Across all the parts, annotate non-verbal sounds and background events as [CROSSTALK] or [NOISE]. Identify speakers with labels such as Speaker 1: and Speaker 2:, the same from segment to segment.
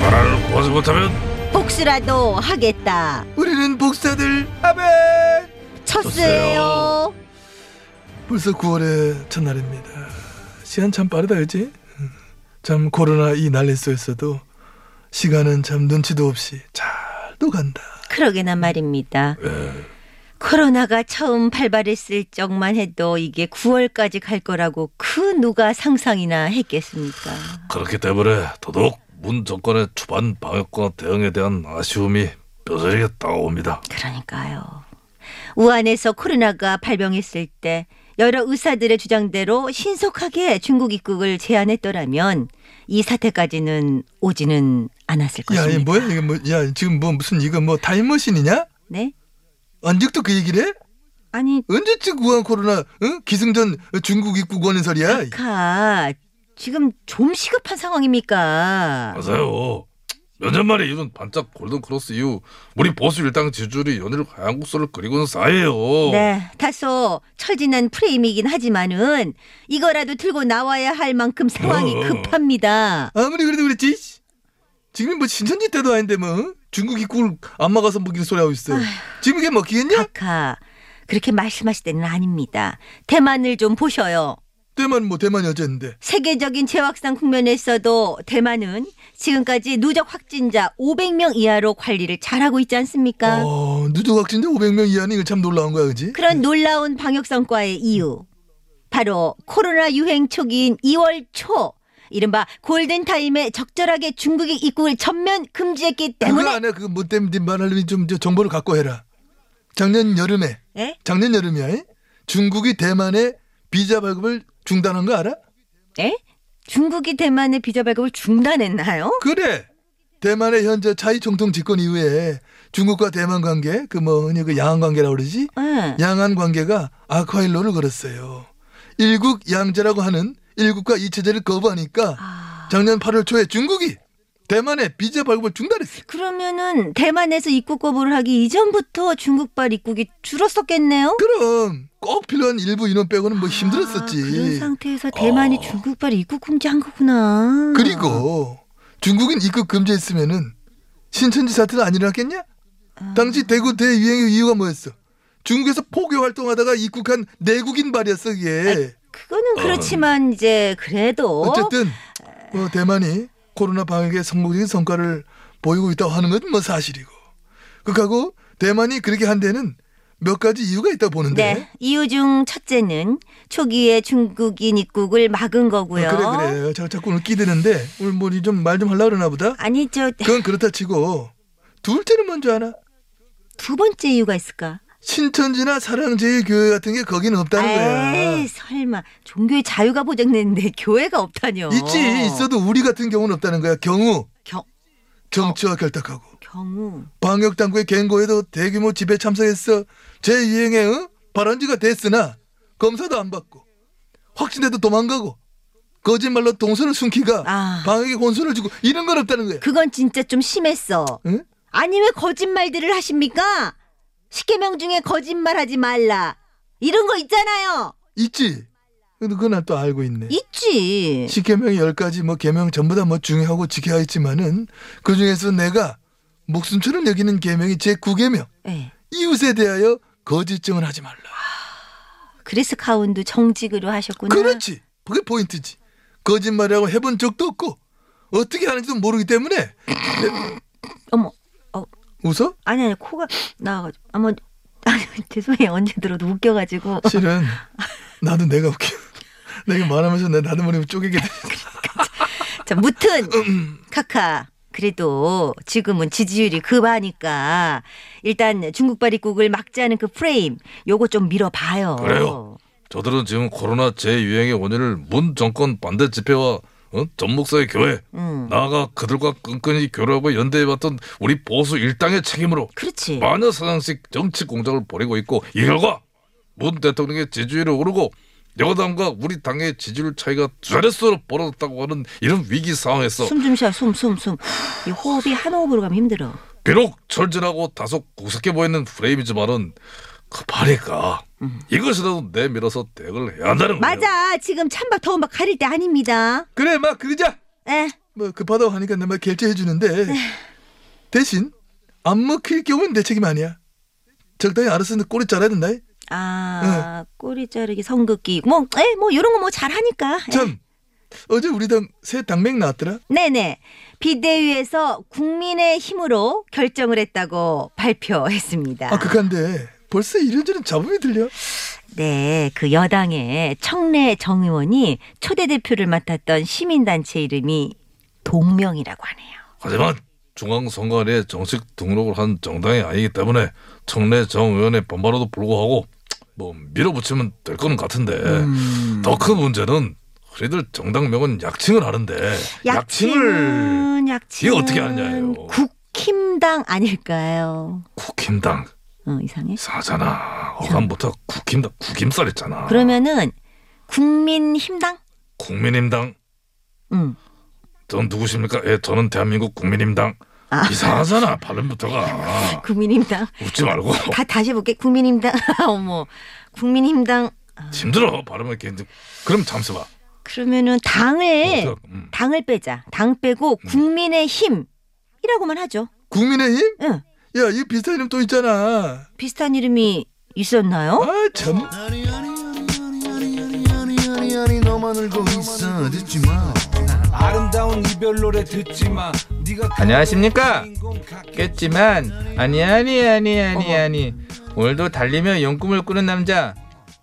Speaker 1: 나라를 구하지 못하면
Speaker 2: 복수라도 하겠다.
Speaker 3: 우리는 복사들 아멘.
Speaker 2: 쳤어요.
Speaker 3: 벌써 9월의 첫날입니다. 시간 참 빠르다 그지? 참 코로나 이 난리 속에서도 시간은 참 눈치도 없이 잘 녹간다.
Speaker 2: 그러게나 말입니다.
Speaker 3: 예.
Speaker 2: 코로나가 처음 발발했을 적만 해도 이게 9월까지 갈 거라고 그 누가 상상이나 했겠습니까?
Speaker 1: 그렇기 때문에 더더욱 문 정권의 초반 방역과 대응에 대한 아쉬움이 뼈저리게 다가옵니다.
Speaker 2: 그러니까요. 우한에서 코로나가 발병했을 때 여러 의사들의 주장대로 신속하게 중국 입국을 제한했더라면 이 사태까지는 오지는 않았을
Speaker 3: 야, 이
Speaker 2: 것입니다.
Speaker 3: 뭐야? 이게 뭐? 야, 지금 뭐 무슨 이거 뭐 타임머신이냐?
Speaker 2: 네?
Speaker 3: 언제부터 그 얘기를 해?
Speaker 2: 아니
Speaker 3: 언제쯤 우한 코로나 응? 기승전 중국 입국 원인설이야?
Speaker 2: 카 지금 좀 시급한 상황입니까?
Speaker 1: 맞아요. 몇 년 만에 이룬 반짝 골든크로스 이후 우리 보수 일당 지지율이 연일 하향국소를 그리고는 싸해요.
Speaker 4: 어.
Speaker 2: 네, 다소 철진한 프레임이긴 하지만은 이거라도 들고 나와야 할 만큼 상황이
Speaker 1: 어.
Speaker 2: 급합니다.
Speaker 3: 아무리 그래도 그랬지. 씨. 지금 뭐 신천지 때도 아닌데 뭐 응? 중국 입국을 안 막아서 뭐 먹이는 소리 하고 있어. 지금 이게 먹히겠냐?
Speaker 2: 카카 그렇게 말씀하실 때는 아닙니다. 대만을 좀 보셔요.
Speaker 3: 대만 뭐 대만 여자인데.
Speaker 2: 세계적인 재확산 국면에서도 대만은 지금까지 누적 확진자 500명 이하로 관리를 잘하고 있지 않습니까?
Speaker 3: 어, 누적 확진자 500명 이하는 이거 참 놀라운 거야, 그지?
Speaker 2: 그런 놀라운 방역 성과의 이유 바로 코로나 유행 초기인 2월 초 이른바 골든 타임에 적절하게 중국의 입국을 전면 금지했기
Speaker 3: 그거
Speaker 2: 때문에
Speaker 3: 안에 그뭐 때문에 말하려면 좀저 정보를 갖고 해라. 작년 여름에,
Speaker 2: 예?
Speaker 3: 작년 여름이야. 이? 중국이 대만에 비자 발급을 중단한 거 알아?
Speaker 2: 예? 중국이 대만의 비자 발급을 중단했나요?
Speaker 3: 그래. 대만의 현재 차이 총통 집권 이후에 중국과 대만 관계, 그 뭐 흔히 그 양안 관계라고 그러지?
Speaker 2: 응.
Speaker 3: 양안 관계가 아쿠아일로를 걸었어요. 일국 양제라고 하는 일국과 이체제를 거부하니까
Speaker 2: 아.
Speaker 3: 작년 8월 초에 중국이 대만에 비자 발급을 중단했어.
Speaker 2: 그러면은 대만에서 입국 거부를 하기 이전부터 중국발 입국이 줄었었겠네요.
Speaker 3: 그럼 꼭 필요한 일부 인원 빼고는 뭐 힘들었었지. 어.
Speaker 2: 아, 그런 상태에서 대만이 중국발 입국 금지한 거구나.
Speaker 3: 그리고 중국은 입국 금지했으면은 신천지 사태는 안 일어났겠냐?
Speaker 2: 아.
Speaker 3: 당시 대구 대유행의 이유가 뭐였어? 중국에서 포교 활동하다가 입국한 내국인 말이었어 이게.
Speaker 2: 아, 그거는 그렇지만 이제 그래도
Speaker 3: 어. 어쨌든
Speaker 2: 아.
Speaker 3: 뭐 대만이 코로나 방역에 성공적인 성과를 보이고 있다고 하는 건 뭐 사실이고. 그하고 대만이 그렇게 한 데는 몇 가지 이유가 있다고 보는데.
Speaker 2: 네. 이유 중 첫째는 초기에 중국인 입국을 막은 거고요.
Speaker 3: 어, 그래 그래. 제가 자꾸 오늘 끼드는데 오늘 뭐좀 말 좀 하려고 그러나 보다.
Speaker 2: 아니 저 두
Speaker 3: 그건 그렇다 치고 둘째는 뭔지 아나?
Speaker 2: 번째 이유가 있을까?
Speaker 3: 신천지나 사랑제일교회 같은 게 거기는 없다는 거야.
Speaker 2: 에이 설마 종교의 자유가 보장되는데 [LAUGHS] 교회가 없다뇨.
Speaker 3: 있지 있어도 우리 같은 경우는 없다는 거야. 경우
Speaker 2: 경, 어.
Speaker 3: 정치와 결탁하고
Speaker 2: 경우.
Speaker 3: 방역 당국의 갱고에도 대규모 집회 참석했어. 재유행에 응? 발원지가 됐으나 검사도 안 받고 확진돼도 도망가고 거짓말로 동선을 숨기가
Speaker 2: 아.
Speaker 3: 방역에 혼선을 주고 이런 건 없다는 거야.
Speaker 2: 그건 진짜 좀 심했어.
Speaker 3: 응?
Speaker 2: 아니 왜 거짓말들을 하십니까? 십계명 중에 거짓말하지 말라. 이런 거 있잖아요.
Speaker 3: 있지. 근데 그건 난또 알고 있네.
Speaker 2: 있지.
Speaker 3: 십계명 열 가지 뭐 계명 전부 다 뭐 중요하고 지켜야 했지만은 그 중에서 내가 목숨처럼 여기는 계명이 제 9계명
Speaker 2: 예.
Speaker 3: 이웃에 대하여 거짓 증언 하지 말라.
Speaker 2: 그래스 카운도 정직으로 하셨구나.
Speaker 3: 그렇지. 그게 포인트지. 거짓말이라고 해본 적도 없고 어떻게 하는지도 모르기 때문에
Speaker 2: 어머. 어,
Speaker 3: 웃어?
Speaker 2: 아니 아니 코가 나와가지고 아마 아니 죄송해요 언제 들어도 웃겨가지고
Speaker 3: 실은 나도 내가 웃겨. 내가 말하면서 내 나도 모르게 쪼개게 돼.
Speaker 2: 자 무튼 카카 그래도 지금은 지지율이 급하니까 일단 중국발 입국을 막자는 그 프레임 요거 좀 밀어봐요
Speaker 1: 그래요. 저들은 지금 코로나 재유행의 원인을 문 정권 반대 집회와 어? 전목사의 교회
Speaker 2: 음.
Speaker 1: 나아가 그들과 끈끈히 교류하고 연대해왔던 우리 보수 일당의 책임으로
Speaker 2: 그렇지.
Speaker 1: 많은 사상식 정치 공작을 벌이고 있고 이 결과 문 대통령의 지지율이 오르고 여당과 우리 당의 지지율 차이가 두 자릿수로 벌어졌다고 하는 이런 위기 상황에서
Speaker 2: 숨 좀 쉬어. 숨, 숨, 숨. 이 호흡이 한 호흡으로 가면 힘들어.
Speaker 1: 비록 철진하고 다소 구석해 보이는 프레임이지만은 그 발이가 이것이라도 내밀어서 대응을 해야 한다는 거예요.
Speaker 2: 음. 맞아. 지금 찬박 더운 박 가릴 때 아닙니다.
Speaker 3: 그래 막 그러자
Speaker 2: 에.
Speaker 3: 뭐 급하다고 하니까 내가 막 결제해 주는데 대신 안 먹힐 경우는 내 책임 아니야 적당히 알아서 내 꼬리 잘라야 된다
Speaker 2: 아, 꼬리 자르기, 성극기. 뭐, 에, 뭐, 요런 거 뭐 잘하니까. 에.
Speaker 3: 참 어제 우리 당 새 당맹 나왔더라
Speaker 2: 네네. 비대위에서 국민의 힘으로 결정을 했다고 발표했습니다.
Speaker 1: 그-
Speaker 3: 아 극한데 벌써 이런저런 잡음이 들려
Speaker 2: 네, 그 여당의 청래 정 의원이 초대 대표를 맡았던 시민단체 이름이 동명이라고 하네요.
Speaker 1: 하지만 중앙선관위에 정식 등록을 한 정당이 아니기 때문에 청래 정 의원의 반발에도 불구하고 뭐 밀어붙이면 될 거는 같은데 더 큰 문제는 우리들 정당명은 약칭을 하는데
Speaker 2: 약칭은 약칭은
Speaker 1: 이거 어떻게 아냐예요.
Speaker 2: 국힘당 아닐까요?
Speaker 1: 국힘당
Speaker 2: 어, 이상해.
Speaker 1: 사잖아 어감부터 국힘당 국임살 했잖아
Speaker 2: 그러면은 국민힘당?
Speaker 1: 국민임당
Speaker 2: 음.
Speaker 1: 전 누구십니까? 예, 저는 대한민국 국민임당 이상하잖아 발음부터가
Speaker 2: 국민힘당.
Speaker 1: 웃지 [LAUGHS] 말고
Speaker 2: 다 다시 볼게. 국민힘당. [LAUGHS] 어머. 국민힘당.
Speaker 1: 힘들어 발음을 이렇게 했는데. 그럼 잠시 봐
Speaker 2: 그러면은 당을
Speaker 1: 어떡- 음.
Speaker 2: 당을 빼자. 당 빼고
Speaker 4: 음.
Speaker 2: 국민의 힘이라고만 하죠.
Speaker 3: 국민의힘
Speaker 2: 응.
Speaker 3: 야 이거 비슷한 이름 또 있잖아
Speaker 2: 비슷한 이름이 있었나요?
Speaker 3: 아참
Speaker 5: 아름다운 이별 노래 듣지 마. 네가
Speaker 4: 안녕하십니까? 깼지만 아니 아니 아니 아니 아니 오늘도 달리며 연꿈을 꾸는 남자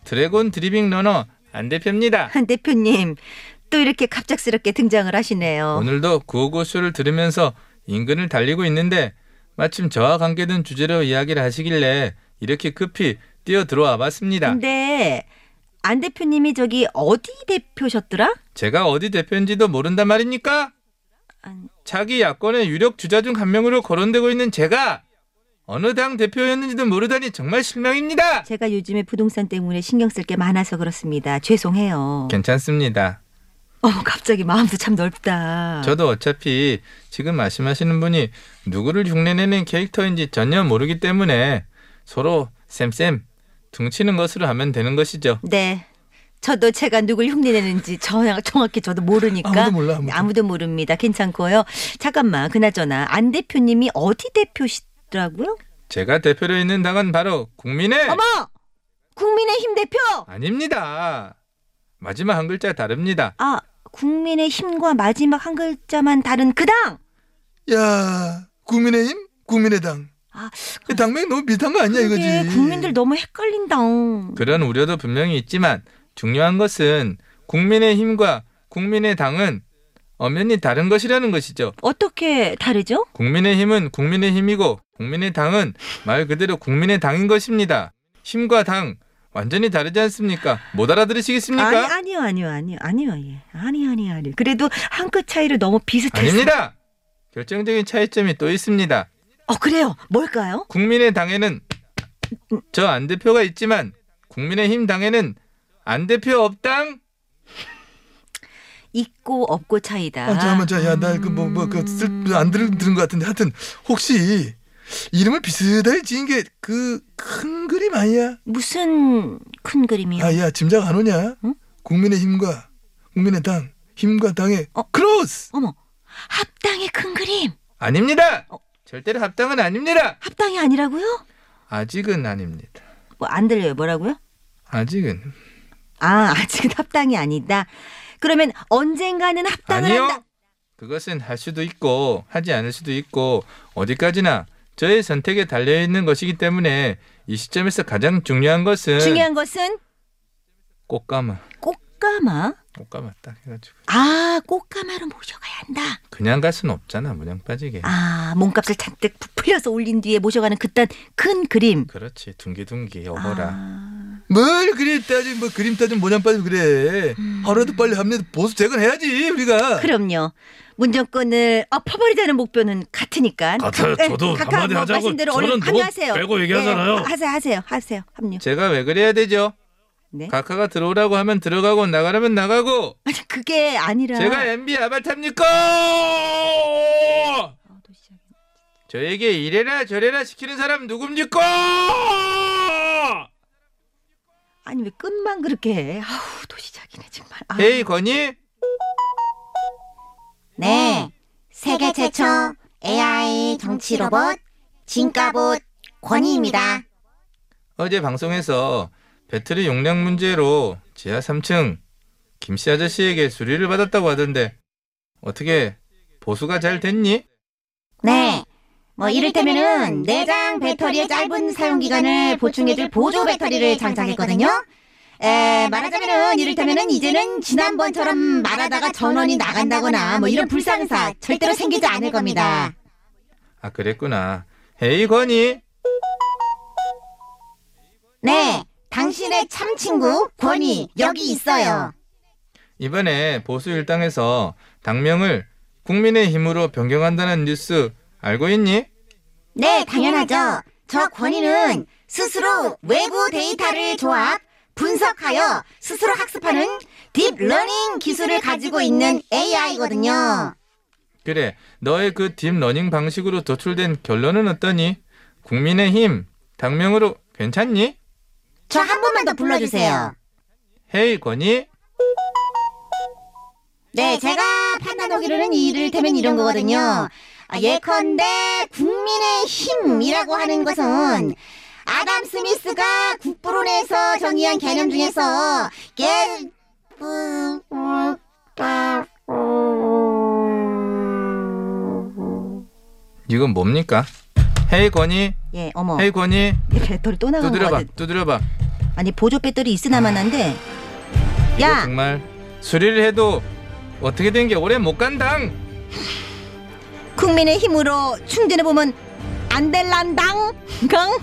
Speaker 4: 드래곤 드리빙 러너 안 대표입니다
Speaker 2: 한 대표님 또 이렇게 갑작스럽게 등장을 하시네요.
Speaker 4: 오늘도 구호고쇼를 들으면서 인근을 달리고 있는데 마침 저와 관계된 주제로 이야기를 하시길래 이렇게 급히 뛰어 들어와 봤습니다
Speaker 2: 근데 안 대표님이 저기 어디 대표셨더라?
Speaker 4: 제가 어디 대표인지도 모른단 말입니까?
Speaker 2: 안-
Speaker 4: 자기 야권의 유력 주자 중 한 명으로 거론되고 있는 제가 어느 당 대표였는지도 모르다니 정말 실망입니다
Speaker 2: 제가 요즘에 부동산 때문에 신경 쓸 게 많아서 그렇습니다. 죄송해요.
Speaker 4: 괜찮습니다
Speaker 2: 어머 갑자기 마음도 참 넓다.
Speaker 4: 저도 어차피 지금 말씀하시는 분이 누구를 흉내내는 캐릭터인지 전혀 모르기 때문에 서로 쌤쌤 둥치는 것으로 하면 되는 것이죠.
Speaker 2: 네. 저도 제가 누굴 흉내내는지 저- 정확히 저도 모르니까
Speaker 3: 아무도 몰라, 아무도.
Speaker 2: 모릅니다. 괜찮고요. 잠깐만 그나저나 안 대표님이 어디 대표시더라고요?
Speaker 4: 제가 대표로 있는 당은 바로 국민의
Speaker 2: 어머 국민의힘 대표.
Speaker 4: 아닙니다. 마지막 한 글자 다릅니다.
Speaker 2: 아 국민의힘과 마지막 한 글자만 다른 그 당.
Speaker 3: 야 국민의힘 국민의당
Speaker 2: 아,
Speaker 3: 이 당맹 너무 비슷한 거 아니야
Speaker 2: 그게
Speaker 3: 네, 이거지
Speaker 2: 예, 국민들 너무 헷갈린다.
Speaker 4: 그런 우려도 분명히 있지만 중요한 것은 국민의 힘과 국민의 당은 엄연히 다른 것이라는 것이죠.
Speaker 2: 어떻게 다르죠?
Speaker 4: 국민의힘은 국민의힘이고 국민의당은 말 그대로 국민의당인 것입니다. 힘과 당 완전히 다르지 않습니까? 못 알아들으시겠습니까?
Speaker 2: 아니 아니요 아니요 아니요 아니요 예. 아니 아니 아니. 그래도 한 끗 차이로 너무 비슷했어요.
Speaker 4: 닙니다 결정적인 차이점이 또 있습니다.
Speaker 2: 어 그래요. 뭘까요?
Speaker 4: 국민의당에는 저 안 대표가 있지만 국민의힘 당에는 안 대표 없당
Speaker 2: 있고 없고 차이다.
Speaker 3: 아, 잠깐만, 자, 야, 나 그 뭐 뭐그안 들은 들은 것 같은데 하여튼 혹시 이름을 비슷하게 지은 게 그 큰 그림 아니야?
Speaker 2: 무슨 큰 그림이요?
Speaker 3: 아, 야, 짐작 안 오냐? 국민의 힘과 국민의
Speaker 2: 음.
Speaker 3: 당, 힘과 당의
Speaker 2: 어?
Speaker 3: 크로스.
Speaker 2: 어머, 합당의 큰 그림.
Speaker 4: 아닙니다. 절대로 합당은 아닙니다.
Speaker 2: 합당이 아니라고요? 아직은
Speaker 4: 아닙니다.
Speaker 2: 뭐 안 들려요. 뭐라고요?
Speaker 4: 아직은
Speaker 2: 아, [LAUGHS] 아직은 합당이 아니다. 그러면 언젠가는 합당을
Speaker 4: 아니요.
Speaker 2: 한다.
Speaker 4: 그것은 할 수도 있고 하지 않을 수도 있고 어디까지나 저의 선택에 달려 있는 것이기 때문에 이 네. 시점에서 가장 중요한 것은
Speaker 2: 중요한 것은
Speaker 4: 꽃가마.
Speaker 2: 꽃가마.
Speaker 4: 꽃가마딱 해가지고
Speaker 2: 아, 꽃가마로 모셔가야 한다.
Speaker 4: 그냥 갈 수는 없잖아 문양 빠지게.
Speaker 2: 아, 몸값을 잔뜩 부풀려서 올린 뒤에 모셔가는 그딴 큰 그림.
Speaker 4: 그렇지
Speaker 2: 아.
Speaker 4: 둥기둥기 어허라.
Speaker 3: 뭘 그리 따지면 뭐 그림 따지면 뭐냐 빠지면 그래
Speaker 2: 음.
Speaker 3: 하루라도 빨리 합니다 보수 재건해야지 우리가
Speaker 2: 네. 그럼요. 문정권을 엎어버리자는 목표는 같으니까.
Speaker 1: 같아요.
Speaker 2: 예,
Speaker 1: 저도
Speaker 2: 각각
Speaker 1: 한마디
Speaker 2: 뭐
Speaker 1: 하자고
Speaker 2: 말씀대로 얼른
Speaker 1: 저는 누구
Speaker 2: 합류하세요.
Speaker 1: 빼고
Speaker 2: 예,
Speaker 1: 얘기하잖아요.
Speaker 2: 하세요, 하세요, 하세요. 합류.
Speaker 4: 제가 왜 그래야 되죠?
Speaker 2: 네.
Speaker 4: 각하가 들어오라고 하면 들어가고 나가라면 나가고
Speaker 2: 아니 그게 아니라.
Speaker 4: 제가 MB 아바타입니까?
Speaker 2: 아, 또 시작이네.
Speaker 4: 저에게 이래라 저래라 시키는 사람 누굽니까?
Speaker 2: 아니 왜 끝만 그렇게 해? 아우 또 시작이네 정말. 아.
Speaker 4: 헤이 건이 어.
Speaker 2: 네.
Speaker 6: 세계 최초 AI 정치 로봇 진가봇 권희입니다.
Speaker 4: 어제 방송에서 배터리 용량 문제로 지하 3층 김씨 아저씨에게 수리를 받았다고 하던데 어떻게 보수가 잘 됐니?
Speaker 6: 네. 뭐 이를테면은 내장 배터리의 짧은 사용 기간을 보충해줄 보조 배터리를 장착했거든요. 에, 말하자면은 이를테면은 이제는 지난번처럼 말하다가 전원이 나간다거나 뭐 이런 불상사 절대로 생기지 않을 겁니다.
Speaker 4: 아 그랬구나. 헤이 건이
Speaker 6: 네. 당신의 참 친구 권희 여기 있어요.
Speaker 4: 이번에 보수 일당에서 당명을 국민의 힘으로 변경한다는 뉴스 알고 있니?
Speaker 6: 네, 당연하죠. 저 권위는 스스로 외부 데이터를 조합, 분석하여 스스로 학습하는 딥러닝 기술을 가지고 있는 AI거든요.
Speaker 4: 그래, 너의 그 딥러닝 방식으로 도출된 결론은 어떠니? 국민의 힘 당명으로 괜찮니?
Speaker 6: 저 한 번만 더 불러주세요.
Speaker 4: 헤이 건이
Speaker 6: 네, 제가 판단하기로는 이를테면 이런 거거든요. 아, 예컨대 국민의 힘이라고 하는 것은 아담 스미스가 국부론에서 정의한 개념 중에서 예, 음, 음, 아, 음.
Speaker 4: 이건 뭡니까? 헤이 건이
Speaker 2: 예, 어머.
Speaker 4: 헤이 건이
Speaker 2: 이 배터리 또 나간 거
Speaker 4: 두드려봐
Speaker 2: 같아.
Speaker 4: 두드려봐
Speaker 2: 아니 보조 배터리 있으나마나인데.
Speaker 4: 아. 이거
Speaker 2: 야,
Speaker 4: 정말 수리를 해도 어떻게 된 게 오래 못 간당
Speaker 2: 국민의 힘으로 충전해 보면 안 될란당. 강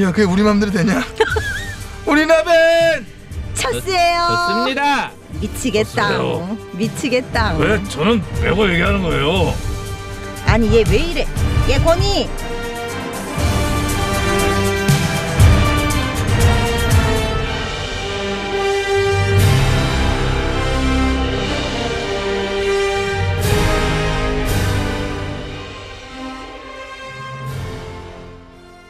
Speaker 3: 야 그게 우리 맘대로 되냐
Speaker 4: 우리 나벤
Speaker 2: 첫스예요.
Speaker 4: 좋습니다
Speaker 2: 미치겠다.
Speaker 1: 좋습니다.
Speaker 2: 미치겠다.
Speaker 1: 왜 저는 빼고 얘기하는 거예요?
Speaker 2: 아니 얘 왜 이래? 얘 권이